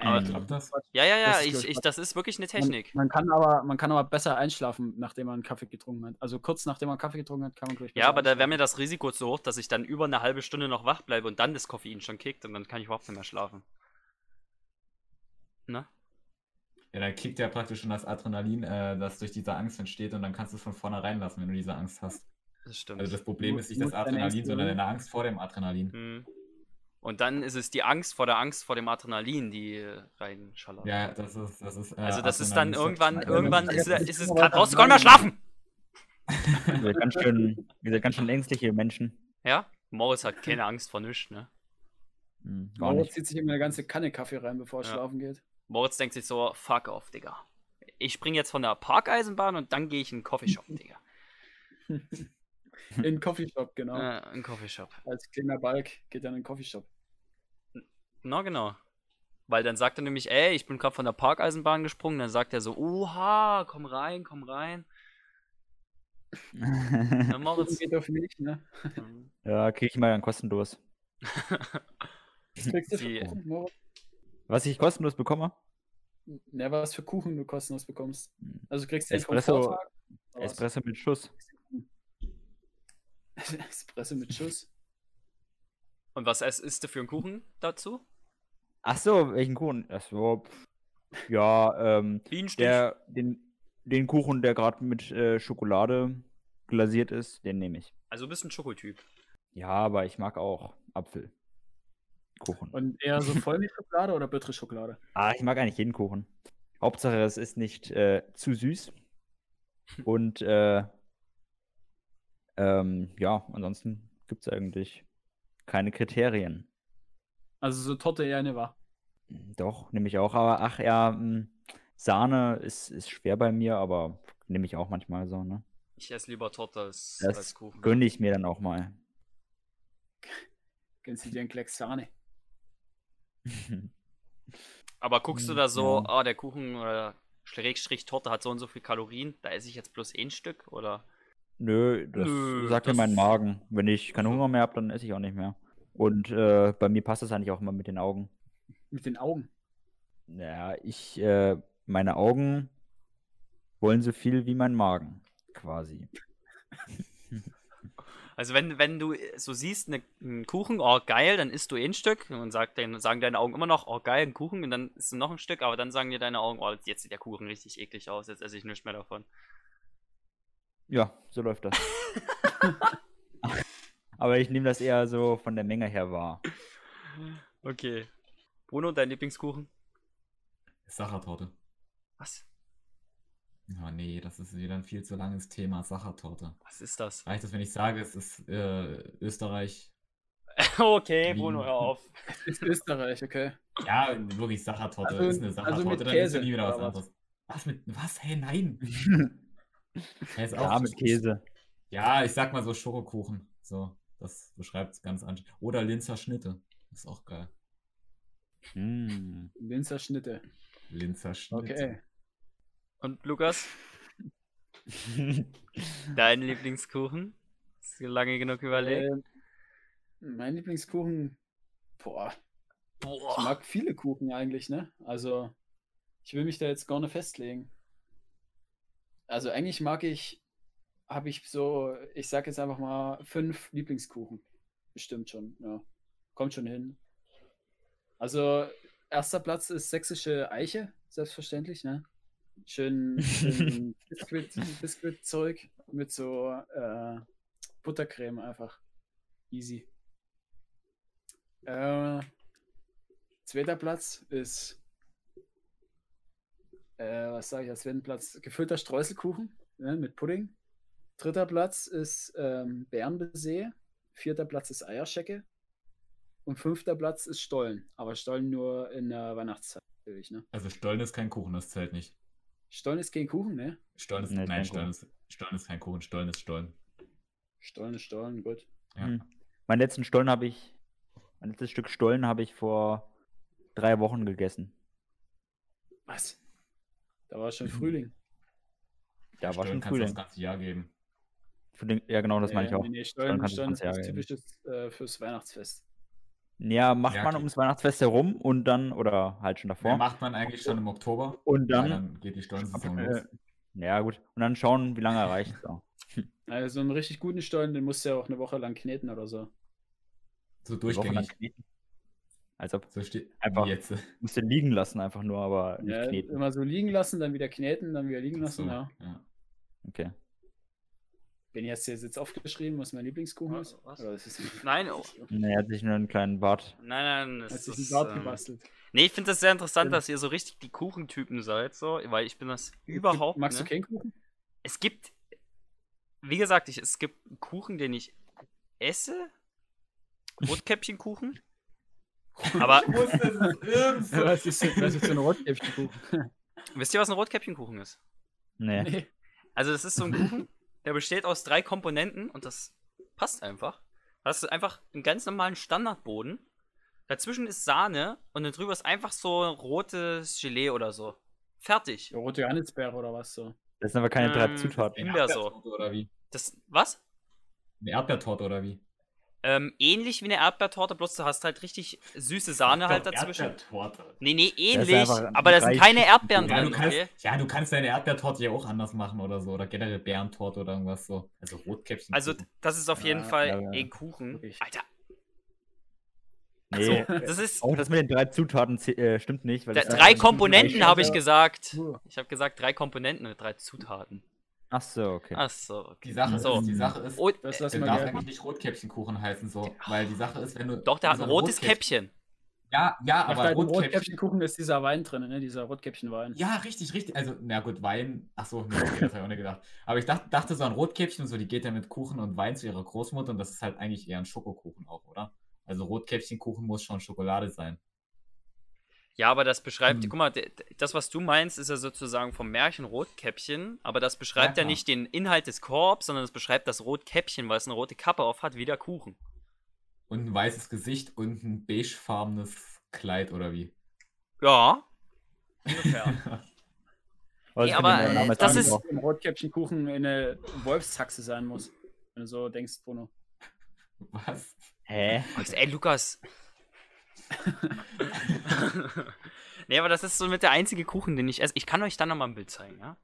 [SPEAKER 3] Aber
[SPEAKER 5] Aber-
[SPEAKER 3] ich glaube, das.
[SPEAKER 5] Ja, ja, ja,
[SPEAKER 6] Das ist,
[SPEAKER 5] ich,
[SPEAKER 6] glaub ich,
[SPEAKER 5] ich,
[SPEAKER 6] was-
[SPEAKER 5] das ist wirklich eine Technik.
[SPEAKER 6] Man, man, kann aber, man kann aber besser einschlafen, nachdem man Kaffee getrunken hat. Also kurz nachdem man Kaffee getrunken hat, kann man gleich
[SPEAKER 5] Ja, aber da wäre mir das Risiko zu hoch, dass ich dann über eine halbe Stunde noch wach bleibe und dann das Koffein schon kickt und dann kann ich überhaupt nicht mehr schlafen. Ne?
[SPEAKER 3] Ja, da kickt ja praktisch schon das Adrenalin, äh, das durch diese Angst entsteht und dann kannst du es von vornherein lassen, wenn du diese Angst hast.
[SPEAKER 5] Das stimmt.
[SPEAKER 3] Also das Problem
[SPEAKER 6] Mu-
[SPEAKER 3] ist nicht das
[SPEAKER 6] muss deine Ängste
[SPEAKER 3] Adrenalin, sondern
[SPEAKER 6] nehmen.
[SPEAKER 3] deine Angst vor dem Adrenalin.
[SPEAKER 5] Hm. Und dann ist es die Angst vor der Angst vor dem Adrenalin, die äh, reinschallert.
[SPEAKER 3] Ja, das ist. Das ist äh,
[SPEAKER 5] also das ist dann irgendwann,
[SPEAKER 3] Adrenalin-
[SPEAKER 5] irgendwann ist,
[SPEAKER 8] das
[SPEAKER 5] ist
[SPEAKER 8] ist
[SPEAKER 5] es
[SPEAKER 8] aber
[SPEAKER 5] gerade
[SPEAKER 8] dann
[SPEAKER 5] raus, können wir schlafen!
[SPEAKER 4] Ihr seid ganz schön, ihr seid ganz schön ängstliche Menschen.
[SPEAKER 5] Ja, Morris hat keine Angst vor nichts, ne?
[SPEAKER 4] Hm, gar
[SPEAKER 6] Mauro
[SPEAKER 4] nicht.
[SPEAKER 6] zieht sich immer eine ganze Kanne Kaffee rein, bevor er
[SPEAKER 5] Ja.
[SPEAKER 6] schlafen geht.
[SPEAKER 5] Moritz denkt sich so, fuck off, Digga. Ich spring jetzt von der Parkeisenbahn und dann gehe ich in einen Coffeeshop, Digga.
[SPEAKER 6] In den Coffeeshop, genau.
[SPEAKER 5] Äh, in einen Coffeeshop.
[SPEAKER 6] Als kleiner Balk geht er in den Coffeeshop.
[SPEAKER 5] Na genau. Weil dann sagt er nämlich, ey, ich bin gerade von der Parkeisenbahn gesprungen. Dann sagt er so, oha, komm rein, komm rein. Na,
[SPEAKER 6] Das
[SPEAKER 5] Moritz.
[SPEAKER 6] geht auf mich, ne?
[SPEAKER 4] ja, krieg ich mal dann kostenlos.
[SPEAKER 6] Kriegst du für
[SPEAKER 5] Die-
[SPEAKER 6] Kuchen, Moritz?
[SPEAKER 4] Was ich kostenlos bekomme?
[SPEAKER 6] Na, was für Kuchen du kostenlos bekommst. Also kriegst du
[SPEAKER 4] Espresso-
[SPEAKER 6] Komforttag, aber was-
[SPEAKER 4] Espresso mit Schuss.
[SPEAKER 6] Espresso mit Schuss.
[SPEAKER 5] Und was es- isst du für einen Kuchen dazu?
[SPEAKER 4] Ach so, welchen Kuchen? Ach so, pf. ja, ähm,
[SPEAKER 5] Bienenstich.
[SPEAKER 4] der, den, den Kuchen, der gerade mit äh, Schokolade glasiert ist, den nehme ich.
[SPEAKER 5] Also du bist ein Schokotyp.
[SPEAKER 4] Ja, aber ich mag auch Apfelkuchen.
[SPEAKER 6] Und eher so Vollmilchschokolade oder bittere Schokolade?
[SPEAKER 4] Ah, ich mag eigentlich jeden Kuchen. Hauptsache, es ist nicht äh, zu süß. Und äh, ähm, ja, ansonsten gibt es eigentlich keine Kriterien.
[SPEAKER 6] Also so Torte eher eine war.
[SPEAKER 4] Doch, nehme ich auch. Aber ach ja, m, Sahne ist, ist schwer bei mir, aber nehme ich auch manchmal so. Ne?
[SPEAKER 5] Ich esse lieber Torte als,
[SPEAKER 4] Das
[SPEAKER 5] als Kuchen. ne?
[SPEAKER 4] Gönne ich mir dann auch mal.
[SPEAKER 6] Gönnst du dir einen Klecks Sahne?
[SPEAKER 5] Aber guckst du da so,
[SPEAKER 4] Ja.
[SPEAKER 5] ah, der Kuchen oder Schrägstrich Torte hat so und so viel Kalorien, da esse ich jetzt bloß ein Stück oder?
[SPEAKER 4] Nö, das
[SPEAKER 5] Nö,
[SPEAKER 4] sagt mir
[SPEAKER 5] das-
[SPEAKER 4] mein Magen. Wenn ich keinen Hunger mehr habe, dann esse ich auch nicht mehr. Und äh, bei mir passt das eigentlich auch immer mit den Augen.
[SPEAKER 6] Mit den Augen.
[SPEAKER 4] Naja, ich, äh, meine Augen wollen so viel wie mein Magen, quasi.
[SPEAKER 5] Also wenn, wenn du so siehst, ne, einen Kuchen, oh geil, dann isst du eh ein Stück und sagt den, sagen deine Augen immer noch, oh geil, ein Kuchen und dann isst du noch ein Stück, aber dann sagen dir deine Augen, oh, jetzt sieht der Kuchen richtig eklig aus, jetzt esse ich nichts mehr davon.
[SPEAKER 4] Ja, so läuft das. Aber ich nehme das eher so von der Menge her wahr.
[SPEAKER 5] Okay. Bruno, dein Lieblingskuchen?
[SPEAKER 3] Sachertorte.
[SPEAKER 5] Was?
[SPEAKER 3] Oh nee, das ist wieder ein viel zu langes Thema. Sachertorte.
[SPEAKER 5] Was ist das?
[SPEAKER 3] Reicht das, wenn ich sage, es ist äh, Österreich?
[SPEAKER 5] Okay,
[SPEAKER 3] Wie?
[SPEAKER 5] Bruno, hör auf.
[SPEAKER 6] Ist Österreich, okay.
[SPEAKER 3] Ja, wirklich Sachertorte.
[SPEAKER 6] Also-
[SPEAKER 3] ist eine
[SPEAKER 6] also
[SPEAKER 3] Sachertorte,
[SPEAKER 6] mit
[SPEAKER 3] dann ist
[SPEAKER 6] Käse
[SPEAKER 3] ja nie wieder was
[SPEAKER 6] oder was?
[SPEAKER 3] anderes. Was mit. Was? Hey, nein! Er ist
[SPEAKER 4] Ja, mit Käse.
[SPEAKER 3] Ja, ich sag mal so Schokokuchen. So, das beschreibt es ganz anschaulich. Oder Linzer Schnitte. Ist auch geil.
[SPEAKER 4] Mm.
[SPEAKER 6] Linzer Schnitte.
[SPEAKER 3] Linzer Schnitte.
[SPEAKER 6] Okay.
[SPEAKER 5] Und Lukas, dein Lieblingskuchen? Hast du lange genug überlegt?
[SPEAKER 6] Ähm, mein Lieblingskuchen. Boah, ich
[SPEAKER 5] Boah.
[SPEAKER 6] mag viele Kuchen eigentlich, ne? Also, ich will mich da jetzt gar nicht festlegen. Also, eigentlich mag ich, habe ich so, ich sag jetzt einfach mal fünf Lieblingskuchen. Bestimmt schon, ja. Kommt schon hin. Also, erster Platz ist sächsische Eiche, selbstverständlich, ne? Schön, schön Biscuit, Biscuit-Zeug mit so äh, Buttercreme einfach. Easy. Äh, Zweiter Platz ist, äh, was sage ich als zweiten Platz? Gefüllter Streuselkuchen ne, mit Pudding. Dritter Platz ist ähm, Bärenbesee. Vierter Platz ist Eierschecke. Und fünfter Platz ist Stollen. Aber Stollen nur in der Weihnachtszeit, natürlich. Ne?
[SPEAKER 3] Also Stollen ist kein Kuchen, das zählt nicht.
[SPEAKER 6] Stollen ist gegen Kuchen, ne?
[SPEAKER 3] Stollen ist.
[SPEAKER 4] Nee,
[SPEAKER 3] nein,
[SPEAKER 4] kein
[SPEAKER 3] Stollen ist, Stollen ist kein Kuchen, Stollen ist Stollen.
[SPEAKER 6] Stollen ist Stollen, gut.
[SPEAKER 3] Ja.
[SPEAKER 4] Hm. Mein letzten Stollen habe ich, mein letztes Stück Stollen habe ich vor drei Wochen gegessen.
[SPEAKER 6] Was? Da war schon Frühling.
[SPEAKER 4] Da war
[SPEAKER 3] Stollen
[SPEAKER 4] schon
[SPEAKER 3] kannst du das
[SPEAKER 4] Frühling.
[SPEAKER 3] ganze Jahr geben.
[SPEAKER 4] Frühling. Ja, genau, das meine ich
[SPEAKER 6] Äh,
[SPEAKER 4] auch.
[SPEAKER 6] Nee, nee, Stollen,
[SPEAKER 4] kannst du
[SPEAKER 6] Stollen
[SPEAKER 4] das
[SPEAKER 6] ist
[SPEAKER 4] ganze
[SPEAKER 6] was
[SPEAKER 4] Jahr
[SPEAKER 6] typisches äh, fürs Weihnachtsfest.
[SPEAKER 4] Ja, macht
[SPEAKER 3] Ja,
[SPEAKER 4] man
[SPEAKER 3] klar.
[SPEAKER 4] ums Weihnachtsfest herum und dann, oder halt schon davor.
[SPEAKER 3] Mehr macht man eigentlich schon im Oktober.
[SPEAKER 4] und
[SPEAKER 3] Dann,
[SPEAKER 4] dann,
[SPEAKER 3] dann geht die Stollensaison
[SPEAKER 4] äh,
[SPEAKER 3] los.
[SPEAKER 4] ja gut, und dann schauen, wie lange erreicht es auch.
[SPEAKER 6] Also einen richtig guten Stollen, den musst du ja auch eine Woche lang kneten oder so.
[SPEAKER 3] So
[SPEAKER 4] Die Woche dann
[SPEAKER 3] durchgängig.
[SPEAKER 4] kneten. Als ob,
[SPEAKER 3] So steht
[SPEAKER 4] Einfach.
[SPEAKER 3] wie jetzt.
[SPEAKER 4] musst du liegen lassen einfach nur, aber nicht
[SPEAKER 6] Ja,
[SPEAKER 4] kneten.
[SPEAKER 6] immer so liegen lassen, dann wieder kneten, dann wieder liegen lassen,
[SPEAKER 3] So,
[SPEAKER 6] ja.
[SPEAKER 3] ja.
[SPEAKER 4] Okay.
[SPEAKER 6] Wenn ihr hast du das jetzt aufgeschrieben, was mein Lieblingskuchen ist?
[SPEAKER 5] Was?
[SPEAKER 6] Oder ist es
[SPEAKER 5] Nein, oh.
[SPEAKER 4] Nee, er hat sich nur einen kleinen Bart.
[SPEAKER 5] Nein, nein,
[SPEAKER 6] Hat
[SPEAKER 5] es
[SPEAKER 6] sich einen
[SPEAKER 5] ist.
[SPEAKER 6] Bart
[SPEAKER 5] ähm,
[SPEAKER 6] gebastelt. Genau.
[SPEAKER 5] nee, ich finde das sehr interessant,
[SPEAKER 6] Stimmt.
[SPEAKER 5] dass ihr so richtig die Kuchentypen seid, so, weil ich bin das überhaupt.
[SPEAKER 6] Magst
[SPEAKER 5] ne?
[SPEAKER 6] du keinen Kuchen?
[SPEAKER 5] Es gibt, wie gesagt, ich, es gibt einen Kuchen, den ich esse. Rotkäppchenkuchen. Aber
[SPEAKER 3] Ich wusste, es ist irgend so-
[SPEAKER 6] Was ist denn, was ist denn ein Rotkäppchenkuchen?
[SPEAKER 5] wisst ihr, was ein Rotkäppchenkuchen ist?
[SPEAKER 4] Nee.
[SPEAKER 6] Nee.
[SPEAKER 5] Also das ist so ein Kuchen, der besteht aus drei Komponenten und das passt einfach. Das ist einfach einen ganz normalen Standardboden. Dazwischen ist Sahne und dann drüber ist einfach so rotes Gelee oder so. Fertig.
[SPEAKER 6] Der rote Johannisbeere oder was so?
[SPEAKER 4] Das sind aber keine drei
[SPEAKER 5] Ähm,
[SPEAKER 4] Zutaten.
[SPEAKER 5] Himbeer so.
[SPEAKER 3] Erdbeertorte Oder wie?
[SPEAKER 5] Das was?
[SPEAKER 3] Eine Erdbeertorte oder wie?
[SPEAKER 5] Ähm, ähnlich wie eine Erdbeertorte, bloß du hast halt richtig süße Sahne halt dazwischen.
[SPEAKER 3] Erdbeertorte.
[SPEAKER 5] Nee, nee,
[SPEAKER 4] ist
[SPEAKER 5] ähnlich,
[SPEAKER 4] einfach
[SPEAKER 5] aber da sind
[SPEAKER 4] reich
[SPEAKER 5] keine Erdbeeren
[SPEAKER 3] Ja, du
[SPEAKER 5] drin,
[SPEAKER 3] kannst,
[SPEAKER 5] okay?
[SPEAKER 3] ja, du kannst deine Erdbeertorte ja auch anders machen oder so. Oder generell Bärentorte oder irgendwas so. Also Rotkäppchen.
[SPEAKER 5] Also das ist auf jeden
[SPEAKER 4] Ja,
[SPEAKER 5] Fall
[SPEAKER 4] ja, ja.
[SPEAKER 5] ein Kuchen.
[SPEAKER 6] Wirklich.
[SPEAKER 5] Alter,
[SPEAKER 4] Nee.
[SPEAKER 5] das ist
[SPEAKER 4] Auch das mit den drei Zutaten zäh- äh, stimmt nicht. Weil
[SPEAKER 5] da,
[SPEAKER 4] das
[SPEAKER 5] drei
[SPEAKER 4] einfach-
[SPEAKER 5] Komponenten habe ich gesagt.
[SPEAKER 6] Nur.
[SPEAKER 5] Ich habe gesagt drei Komponenten mit drei Zutaten.
[SPEAKER 4] Ach so, okay.
[SPEAKER 5] Ach so, okay.
[SPEAKER 3] die Sache,
[SPEAKER 5] so.
[SPEAKER 3] ist, die Sache ist,
[SPEAKER 5] Und,
[SPEAKER 6] Das
[SPEAKER 5] äh,
[SPEAKER 6] lassen
[SPEAKER 3] der
[SPEAKER 6] wir
[SPEAKER 3] darf
[SPEAKER 6] gerne.
[SPEAKER 3] eigentlich nicht Rotkäppchenkuchen heißen, so. Weil die Sache ist, wenn du.
[SPEAKER 5] doch, der hat
[SPEAKER 3] so
[SPEAKER 5] ein
[SPEAKER 3] eine
[SPEAKER 5] rotes
[SPEAKER 3] Rotkäppchen-
[SPEAKER 5] Käppchen.
[SPEAKER 3] Ja, ja,
[SPEAKER 6] Ach,
[SPEAKER 3] aber
[SPEAKER 6] da im
[SPEAKER 3] Rotkäppchen.
[SPEAKER 6] Rotkäppchenkuchen ist dieser Wein drin, ne? Dieser Rotkäppchenwein.
[SPEAKER 3] Ja, richtig, richtig. Also, na gut, Wein. Achso, nee, okay, das habe ich auch nicht gedacht. Aber ich dachte, dachte so an Rotkäppchen und so, die geht ja mit Kuchen und Wein zu ihrer Großmutter und das ist halt eigentlich eher ein Schokokuchen auch, oder? Also, Rotkäppchenkuchen muss schon Schokolade sein.
[SPEAKER 5] Ja, aber das beschreibt,
[SPEAKER 4] Mhm.
[SPEAKER 3] Hm.
[SPEAKER 5] guck mal, d- d- das, was du meinst, ist ja sozusagen vom Märchen Rotkäppchen, aber das beschreibt ja,
[SPEAKER 3] klar.
[SPEAKER 5] nicht den Inhalt des Korbs, sondern das beschreibt das Rotkäppchen, weil es eine rote Kappe auf hat, wie der Kuchen.
[SPEAKER 3] Und ein weißes Gesicht und ein beigefarbenes Kleid oder wie?
[SPEAKER 5] Ja. Ungefähr.
[SPEAKER 4] Also
[SPEAKER 5] nee,
[SPEAKER 4] ich bin
[SPEAKER 5] aber,
[SPEAKER 4] dem Namen
[SPEAKER 5] äh,
[SPEAKER 4] jetzt
[SPEAKER 5] das
[SPEAKER 6] Sagen,
[SPEAKER 5] ist-
[SPEAKER 4] angebrochen.
[SPEAKER 6] dass Im Rotkäppchenkuchen eine Wolfstaxe sein muss. Wenn du so denkst, Bruno.
[SPEAKER 3] Was?
[SPEAKER 4] Hä?
[SPEAKER 5] Gott, ey, Lukas. nee, aber das ist so mit der einzige Kuchen, den ich esse. Ich kann euch dann nochmal ein Bild zeigen, ja?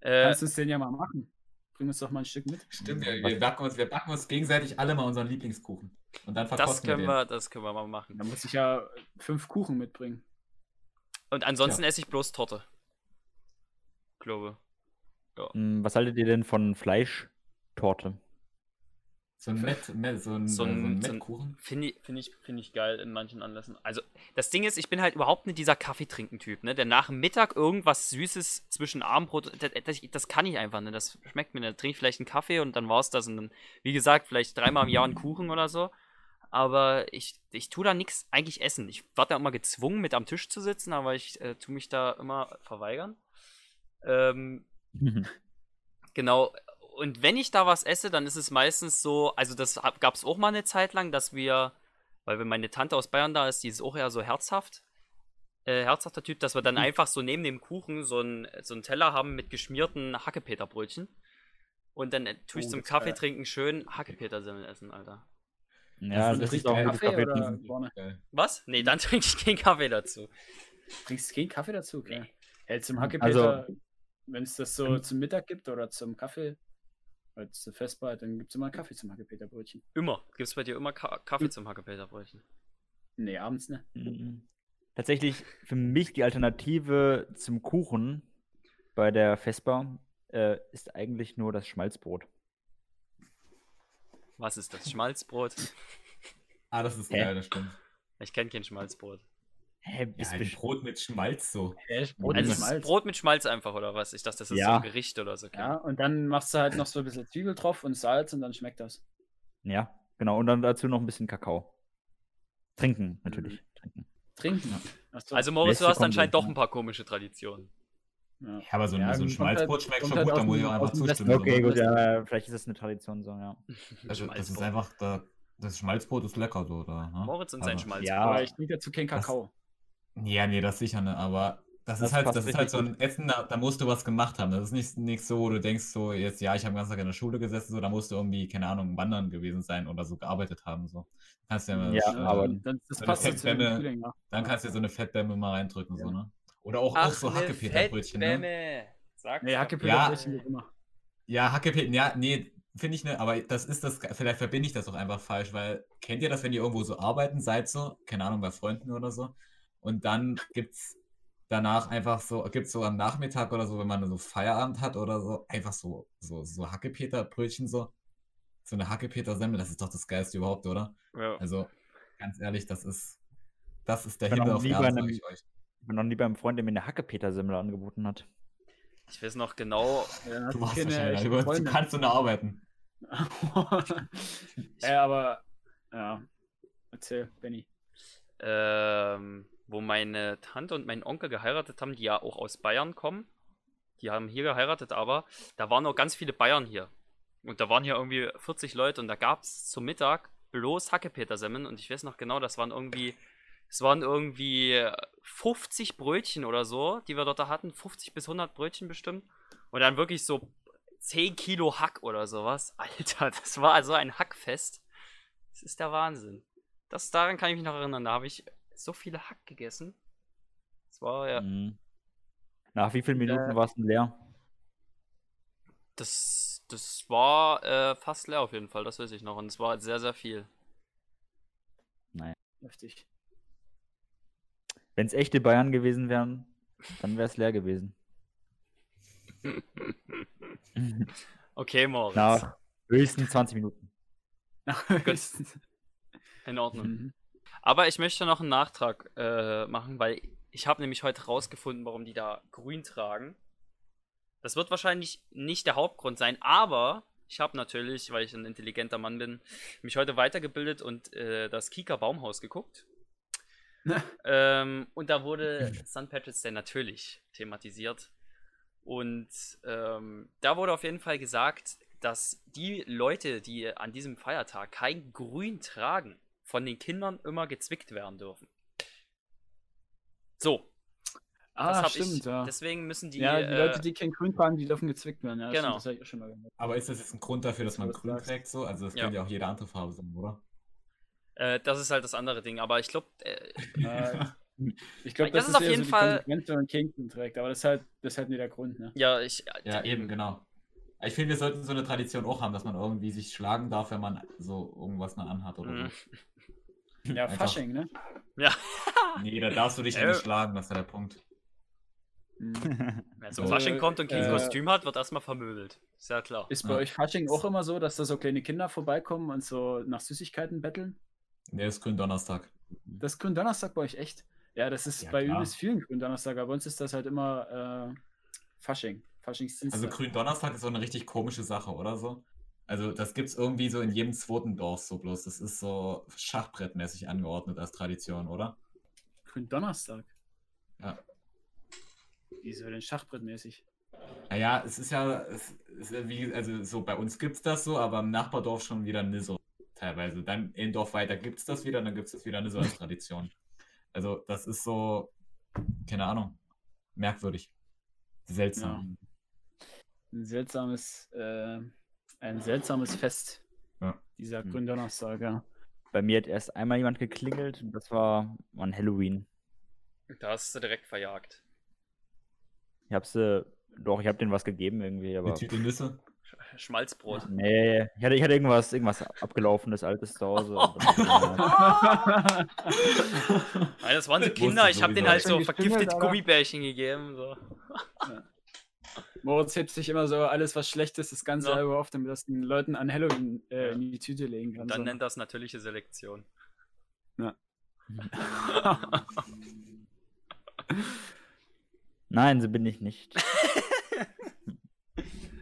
[SPEAKER 5] Äh,
[SPEAKER 6] Kannst du uns den ja mal machen? Bring uns doch mal ein Stück mit.
[SPEAKER 3] Stimmt, wir, wir, backen uns, wir backen uns gegenseitig alle mal unseren Lieblingskuchen. Und dann verkosten
[SPEAKER 5] das können
[SPEAKER 3] wir den.
[SPEAKER 5] wir, das können wir mal machen.
[SPEAKER 6] Da muss ich ja fünf Kuchen mitbringen.
[SPEAKER 5] Und ansonsten esse ich bloß Torte. Glaube.
[SPEAKER 4] Hm, Was haltet ihr denn von Fleischtorte?
[SPEAKER 3] So ein Met, Met, so ein, äh,
[SPEAKER 5] So
[SPEAKER 3] so
[SPEAKER 5] ein-
[SPEAKER 3] ein
[SPEAKER 5] so ein-
[SPEAKER 3] Mettkuchen.
[SPEAKER 5] Finde ich, finde ich, finde ich geil in manchen Anlässen. Also, das Ding ist, ich bin halt überhaupt nicht dieser Kaffeetrinken-Typ, ne? Der nach dem Mittag irgendwas Süßes zwischen Abendbrot, das, das, das kann ich einfach, ne? Das schmeckt mir. Dann trinke ich vielleicht einen Kaffee und dann war's das. Und dann, wie gesagt, vielleicht dreimal im Jahr einen Kuchen oder so. Aber ich, ich tue da nichts eigentlich essen. Ich war da immer gezwungen, mit am Tisch zu sitzen, aber ich äh, tue mich da immer verweigern. Ähm, Genau. Und wenn ich da was esse, dann ist es meistens so, also das gab es auch mal eine Zeit lang, dass wir, weil wenn meine Tante aus Bayern da ist, die ist auch eher so herzhaft, äh, herzhafter Typ, dass wir
[SPEAKER 6] Mhm.
[SPEAKER 5] dann einfach so neben dem Kuchen so einen so einen Teller haben mit geschmierten Hackepeterbrötchen. Und dann äh, tue ich
[SPEAKER 6] Oh,
[SPEAKER 5] zum
[SPEAKER 6] das ist geil.
[SPEAKER 5] Kaffee trinken schön Hackepetersemmeln essen, Alter.
[SPEAKER 4] ja,
[SPEAKER 3] ist
[SPEAKER 4] das
[SPEAKER 3] richtig
[SPEAKER 4] ist auch ein
[SPEAKER 3] geil.
[SPEAKER 4] gutes
[SPEAKER 6] Kaffee
[SPEAKER 4] Kaffee.
[SPEAKER 6] oder vorne?
[SPEAKER 3] Geil.
[SPEAKER 5] Was? Nee, dann trinke ich keinen Kaffee dazu.
[SPEAKER 6] Trinkst du keinen Kaffee dazu? Okay.
[SPEAKER 5] Nee. Ähm.
[SPEAKER 6] Hey, zum Hackepeter,
[SPEAKER 4] Also-
[SPEAKER 6] wenn es das so zum Mittag gibt oder zum Kaffee, oder zur Festbar, dann gibt es immer einen Kaffee zum Hackepeterbrötchen.
[SPEAKER 5] Immer. Gibt es bei dir immer Ka
[SPEAKER 6] Hm.
[SPEAKER 5] Kaffee zum Hackepeterbrötchen?
[SPEAKER 6] Nee, abends, ne?
[SPEAKER 4] Mhm. Tatsächlich für mich die Alternative zum Kuchen bei der Vespa äh, ist eigentlich nur das Schmalzbrot.
[SPEAKER 5] Was ist das? Schmalzbrot?
[SPEAKER 3] Ah, das ist
[SPEAKER 4] Hä?
[SPEAKER 3] geil, das stimmt.
[SPEAKER 5] Ich kenne kein Schmalzbrot.
[SPEAKER 4] Hä,
[SPEAKER 3] Ja,
[SPEAKER 4] bist
[SPEAKER 3] ein
[SPEAKER 4] besch-
[SPEAKER 3] Brot mit Schmalz so.
[SPEAKER 6] Äh, Brot
[SPEAKER 5] Also
[SPEAKER 6] mit
[SPEAKER 5] es ist
[SPEAKER 6] Schmalz.
[SPEAKER 5] Brot mit Schmalz einfach, oder was? Ich dachte, das ist so
[SPEAKER 4] Ja.
[SPEAKER 5] ein Gericht oder so.
[SPEAKER 6] Ja, und dann machst du halt noch so ein bisschen Zwiebel drauf und Salz und dann schmeckt das.
[SPEAKER 4] Ja, genau. Und dann dazu noch ein bisschen Kakao. Trinken, natürlich. Trinken.
[SPEAKER 6] Trinken. Ach so.
[SPEAKER 5] Also Moritz, du
[SPEAKER 4] Beste
[SPEAKER 5] hast anscheinend doch
[SPEAKER 4] Kombi.
[SPEAKER 5] ein paar komische Traditionen.
[SPEAKER 6] ja.
[SPEAKER 3] Ja, aber so,
[SPEAKER 6] Ja,
[SPEAKER 3] ein so ein
[SPEAKER 6] kommt
[SPEAKER 3] Schmalzbrot
[SPEAKER 6] halt-
[SPEAKER 3] schmeckt
[SPEAKER 6] kommt
[SPEAKER 3] schon
[SPEAKER 6] halt
[SPEAKER 3] gut, da
[SPEAKER 6] aus
[SPEAKER 3] muss ich
[SPEAKER 6] dem-
[SPEAKER 3] auch
[SPEAKER 6] aus
[SPEAKER 3] einfach
[SPEAKER 6] dem Westen.
[SPEAKER 3] zustimmen. so. ne?
[SPEAKER 4] Okay, gut, ja, vielleicht ist das eine Tradition so, ja.
[SPEAKER 3] Also, das ist
[SPEAKER 5] Schmalzbrot.
[SPEAKER 3] einfach, da, das Schmalzbrot ist lecker so, da. Ne?
[SPEAKER 5] Moritz und
[SPEAKER 3] also,
[SPEAKER 5] sein Schmalzbrot.
[SPEAKER 4] Ja,
[SPEAKER 6] Aber ich trinke dazu keinen Kakao.
[SPEAKER 3] Ja, nee, das sicher, ne, aber das,
[SPEAKER 4] Das
[SPEAKER 3] ist halt,
[SPEAKER 4] passt
[SPEAKER 3] das ist halt
[SPEAKER 4] richtig
[SPEAKER 3] so ein Essen, da, da musst du was gemacht haben. Das ist nicht, nicht so, wo du denkst so, jetzt, ja, ich habe den ganzen Tag in der Schule gesessen, so, da musst du irgendwie, keine Ahnung, wandern gewesen sein oder so gearbeitet haben, so. Kannst ja, mal-
[SPEAKER 4] Ja,
[SPEAKER 3] äh,
[SPEAKER 4] aber-
[SPEAKER 6] dann, das
[SPEAKER 3] wenn
[SPEAKER 6] passt
[SPEAKER 3] du
[SPEAKER 6] ja zu dem
[SPEAKER 3] Fettbämme-
[SPEAKER 6] Frühling, ja.
[SPEAKER 3] dann kannst du dir so eine Fettbämme mal reindrücken, so, ne? Oder auch, auch so Hackepeterbrötchen, ne?
[SPEAKER 5] ne? Sag
[SPEAKER 6] Nee, Hackepeterbrötchen geht immer.
[SPEAKER 3] Ja, Hackepeter, ja, nee, finde ich, ne, aber das ist das, vielleicht verbinde ich das auch einfach falsch, weil kennt ihr das, wenn ihr irgendwo so arbeiten seid, so, keine Ahnung, bei Freunden oder so, und dann gibt's, danach einfach so, gibt es so am Nachmittag oder so, wenn man so Feierabend hat oder so, einfach so, so, so Hackepeter-Brötchen so. So eine Hackepeter-Semmel, das ist doch das Geilste überhaupt, oder?
[SPEAKER 5] Ja.
[SPEAKER 3] Also, ganz ehrlich, das ist, das ist der
[SPEAKER 4] Wenn
[SPEAKER 3] Himmel
[SPEAKER 4] auch
[SPEAKER 3] auf
[SPEAKER 4] Genau, lieber
[SPEAKER 3] Erden,
[SPEAKER 4] einem-
[SPEAKER 3] sag ich euch.
[SPEAKER 4] Ich bin noch nie beim Freund, der mir eine Hackepeter-Semmel angeboten hat.
[SPEAKER 5] Ich weiß noch genau,
[SPEAKER 6] Ja,
[SPEAKER 4] Also
[SPEAKER 6] äh,
[SPEAKER 3] Du warst
[SPEAKER 6] keine
[SPEAKER 3] wahrscheinlich
[SPEAKER 6] echte
[SPEAKER 3] darüber, du
[SPEAKER 6] Freundin.
[SPEAKER 3] kannst du nur arbeiten.
[SPEAKER 6] ja, aber ja. Erzähl, Benny.
[SPEAKER 5] ähm, wo meine Tante und mein Onkel geheiratet haben, die ja auch aus Bayern kommen. Die haben hier geheiratet, aber da waren auch ganz viele Bayern hier. Und da waren hier irgendwie 40 Leute und da gab es zum Mittag bloß Hackepetersemmeln und ich weiß noch genau, das waren irgendwie, es waren irgendwie 50 Brötchen oder so, die wir dort da hatten, 50 bis 100 Brötchen bestimmt und dann wirklich so 10 Kilo Hack oder sowas. Alter, das war so ein Hackfest. Das ist der Wahnsinn. Das, daran kann ich mich noch erinnern, da habe ich so viele Hack gegessen. Das war ja,
[SPEAKER 4] Mhm. Nach wie vielen Minuten war es denn leer?
[SPEAKER 5] das, das war äh, fast leer auf jeden Fall, das weiß ich noch und es war halt sehr, sehr viel.
[SPEAKER 6] Heftig.
[SPEAKER 4] Wenn es echte Bayern gewesen wären, dann wäre es leer gewesen.
[SPEAKER 5] Okay, Moritz.
[SPEAKER 4] Nach höchstens 20 Minuten.
[SPEAKER 5] In Ordnung.
[SPEAKER 6] Mhm.
[SPEAKER 5] Aber ich möchte noch einen Nachtrag äh, machen, weil ich habe nämlich heute rausgefunden, warum die da grün tragen. Das wird wahrscheinlich nicht der Hauptgrund sein, aber ich habe natürlich, weil ich ein intelligenter Mann bin, mich heute weitergebildet und äh, das Kika Baumhaus geguckt. ähm, und da wurde St. Patrick's Day natürlich thematisiert. Und ähm, da wurde auf jeden Fall gesagt, dass die Leute, die an diesem Feiertag kein Grün tragen, von den Kindern immer gezwickt werden dürfen. So, das
[SPEAKER 6] Ah,
[SPEAKER 5] hab
[SPEAKER 6] stimmt,
[SPEAKER 5] ich.
[SPEAKER 6] ja.
[SPEAKER 5] Deswegen müssen die.
[SPEAKER 6] ja, die
[SPEAKER 5] äh,
[SPEAKER 6] Leute, die kein Grün tragen, die dürfen gezwickt werden. Ja,
[SPEAKER 5] Genau.
[SPEAKER 6] stimmt, das habe ich auch schon mal gehört.
[SPEAKER 3] Aber ist das jetzt ein Grund dafür, dass
[SPEAKER 6] Dass du
[SPEAKER 3] man
[SPEAKER 6] das
[SPEAKER 3] grün
[SPEAKER 6] sagst.
[SPEAKER 3] trägt so? Also das
[SPEAKER 5] Ja.
[SPEAKER 3] könnte ja auch jede andere Farbe sein, oder?
[SPEAKER 5] äh, das ist halt das andere Ding, aber ich glaube, äh,
[SPEAKER 6] Ja, Ich glaube,
[SPEAKER 5] Das ist
[SPEAKER 6] das, ist
[SPEAKER 5] auf
[SPEAKER 6] eher
[SPEAKER 5] jeden
[SPEAKER 6] so die
[SPEAKER 5] Fall-
[SPEAKER 6] Konsequenz, wenn man kein Grün trägt. Aber das ist halt, das ist halt nicht der Grund, ne?
[SPEAKER 5] ja, ich. äh,
[SPEAKER 3] Ja, eben, genau. Ich finde, wir sollten so eine Tradition auch haben, dass man irgendwie sich schlagen darf, wenn man so irgendwas noch anhat oder
[SPEAKER 5] Mhm.
[SPEAKER 3] so.
[SPEAKER 6] Ja,
[SPEAKER 3] Einfach.
[SPEAKER 6] Fasching, ne?
[SPEAKER 3] Nee, da darfst du dich ja
[SPEAKER 5] Äh.
[SPEAKER 3] nicht schlagen, das ist ja der Punkt.
[SPEAKER 6] Mhm.
[SPEAKER 5] Wer zum
[SPEAKER 3] Äh,
[SPEAKER 5] Fasching kommt und kein
[SPEAKER 6] äh,
[SPEAKER 5] Kostüm hat, wird erstmal vermöbelt. Ist ja klar.
[SPEAKER 6] Ist bei
[SPEAKER 3] Ja.
[SPEAKER 6] euch Fasching auch immer so, dass da so kleine Kinder vorbeikommen und so nach Süßigkeiten betteln?
[SPEAKER 3] Nee, ist Gründonnerstag.
[SPEAKER 6] Das ist Gründonnerstag bei euch echt? Ja, das ist
[SPEAKER 3] Ja,
[SPEAKER 6] bei
[SPEAKER 3] klar.
[SPEAKER 6] übelst vielen Gründonnerstag, aber bei uns ist das halt immer äh, Fasching. Faschingsdienstag.
[SPEAKER 3] Also Gründonnerstag ist so eine richtig komische Sache, oder so? Also das gibt es irgendwie so in jedem zweiten Dorf so bloß. Das ist so schachbrettmäßig angeordnet als Tradition, oder?
[SPEAKER 6] Gründonnerstag?
[SPEAKER 3] Ja.
[SPEAKER 6] Wieso denn schachbrettmäßig?
[SPEAKER 3] Naja, es ist ja, es ist ja wie, also so bei uns gibt es das so, aber im Nachbardorf schon wieder Nisso teilweise. Dann im Dorf weiter gibt es das wieder, dann gibt es das wieder Nisso als Tradition. Also das ist so, keine Ahnung, merkwürdig. Seltsam.
[SPEAKER 6] Ein seltsames, äh, ein seltsames Fest.
[SPEAKER 3] Ja.
[SPEAKER 6] Dieser
[SPEAKER 4] Hm.
[SPEAKER 6] Gründonnerstag, ja.
[SPEAKER 4] Bei mir hat erst einmal jemand geklingelt und das war an Halloween.
[SPEAKER 5] Da hast du direkt verjagt.
[SPEAKER 4] Ich hab's, äh, doch, ich hab denen was gegeben irgendwie, aber.
[SPEAKER 3] Eine Tüte Nüsse.
[SPEAKER 5] Sch- Schmalzbrot.
[SPEAKER 4] Nee, ich hatte, ich hatte irgendwas, irgendwas abgelaufenes, altes zu Hause. und dann- halt
[SPEAKER 5] Nein, das waren so
[SPEAKER 3] Ich
[SPEAKER 5] Kinder,
[SPEAKER 3] wusste
[SPEAKER 5] ich habe denen
[SPEAKER 3] sowieso.
[SPEAKER 5] halt so
[SPEAKER 6] Ich bin geklingelt,
[SPEAKER 5] vergiftete
[SPEAKER 6] Alter.
[SPEAKER 5] Gummibärchen gegeben. So.
[SPEAKER 6] Moritz hebt sich immer so alles, was schlecht ist, das Ganze
[SPEAKER 5] Ja.
[SPEAKER 6] selber auf, damit das den Leuten an Halloween äh,
[SPEAKER 5] Ja.
[SPEAKER 6] in die Tüte legen kann.
[SPEAKER 5] Und dann
[SPEAKER 6] so.
[SPEAKER 5] nennt das natürliche Selektion.
[SPEAKER 4] Nein, so bin ich nicht.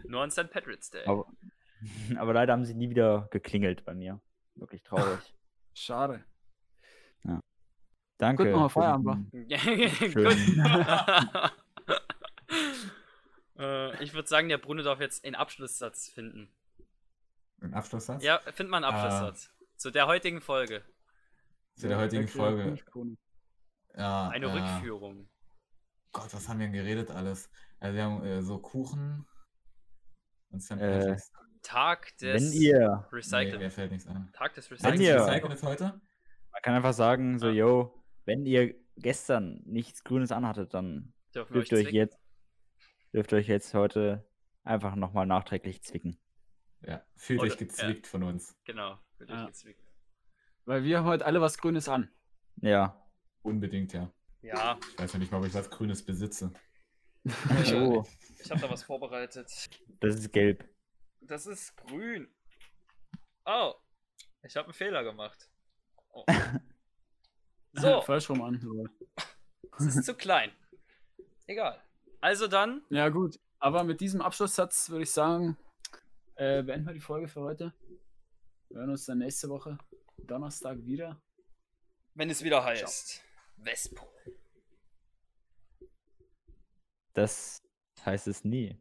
[SPEAKER 5] Nur an St. Patrick's Day.
[SPEAKER 4] Aber, aber leider haben sie nie wieder geklingelt bei mir. Wirklich traurig.
[SPEAKER 6] Schade.
[SPEAKER 4] Danke.
[SPEAKER 6] Gut, machen wir
[SPEAKER 4] für
[SPEAKER 6] Feierabend, wa?
[SPEAKER 4] diesen-
[SPEAKER 5] Gut. äh, ich würde sagen, der Bruno darf jetzt einen Abschlusssatz finden.
[SPEAKER 3] Im Abschlusssatz?
[SPEAKER 5] Ja, find mal
[SPEAKER 4] Ah.
[SPEAKER 5] einen Abschlusssatz. Zu der heutigen Folge.
[SPEAKER 3] Zu der heutigen
[SPEAKER 6] Danke,
[SPEAKER 3] Folge.
[SPEAKER 6] Wunschkuchen.
[SPEAKER 3] Ja,
[SPEAKER 5] Eine
[SPEAKER 4] Ah.
[SPEAKER 3] äh,
[SPEAKER 5] Rückführung.
[SPEAKER 3] Gott, was haben wir denn geredet alles? Also wir haben äh, so Kuchen und St.
[SPEAKER 4] Äh,
[SPEAKER 3] Patrick's.
[SPEAKER 5] Tag des
[SPEAKER 4] Wenn ihr,
[SPEAKER 3] Nee,
[SPEAKER 5] Recycling.
[SPEAKER 3] mir fällt nichts ein.
[SPEAKER 5] Tag des
[SPEAKER 4] Wenn
[SPEAKER 5] Recycling.
[SPEAKER 4] ihr-
[SPEAKER 3] Recycling ist heute?
[SPEAKER 4] man kann einfach sagen, so,
[SPEAKER 5] Ja.
[SPEAKER 4] yo, wenn ihr gestern nichts Grünes anhattet, dann
[SPEAKER 5] Dürfen wir euch
[SPEAKER 4] dürft ihr euch
[SPEAKER 5] zwicken.
[SPEAKER 4] jetzt, dürft ihr euch jetzt heute einfach nochmal nachträglich zwicken.
[SPEAKER 3] Ja. Fühlt
[SPEAKER 5] Oder-
[SPEAKER 3] euch gezwickt von uns.
[SPEAKER 5] Genau.
[SPEAKER 4] Ah.
[SPEAKER 5] Wird euch
[SPEAKER 6] Ja.
[SPEAKER 5] gezwickt.
[SPEAKER 6] Weil wir haben heute alle was Grünes an.
[SPEAKER 4] Ja.
[SPEAKER 3] Unbedingt, ja.
[SPEAKER 5] Ja, äh,
[SPEAKER 3] Ich weiß ja nicht mal, ob ich was Grünes besitze.
[SPEAKER 4] Oh,
[SPEAKER 5] ich habe da was vorbereitet.
[SPEAKER 4] das ist gelb.
[SPEAKER 5] Das ist grün. Oh, ich habe einen Fehler gemacht. Oh. So,
[SPEAKER 6] Falsch rum an. so.
[SPEAKER 5] es ist zu klein. Egal. Also dann,
[SPEAKER 6] Ja, gut. Aber mit diesem Abschlusssatz würde ich sagen, äh, beenden wir die Folge für heute. Wir hören uns dann nächste Woche Donnerstag wieder.
[SPEAKER 5] wenn es wieder heißt, Westpol.
[SPEAKER 4] Das heißt es nie.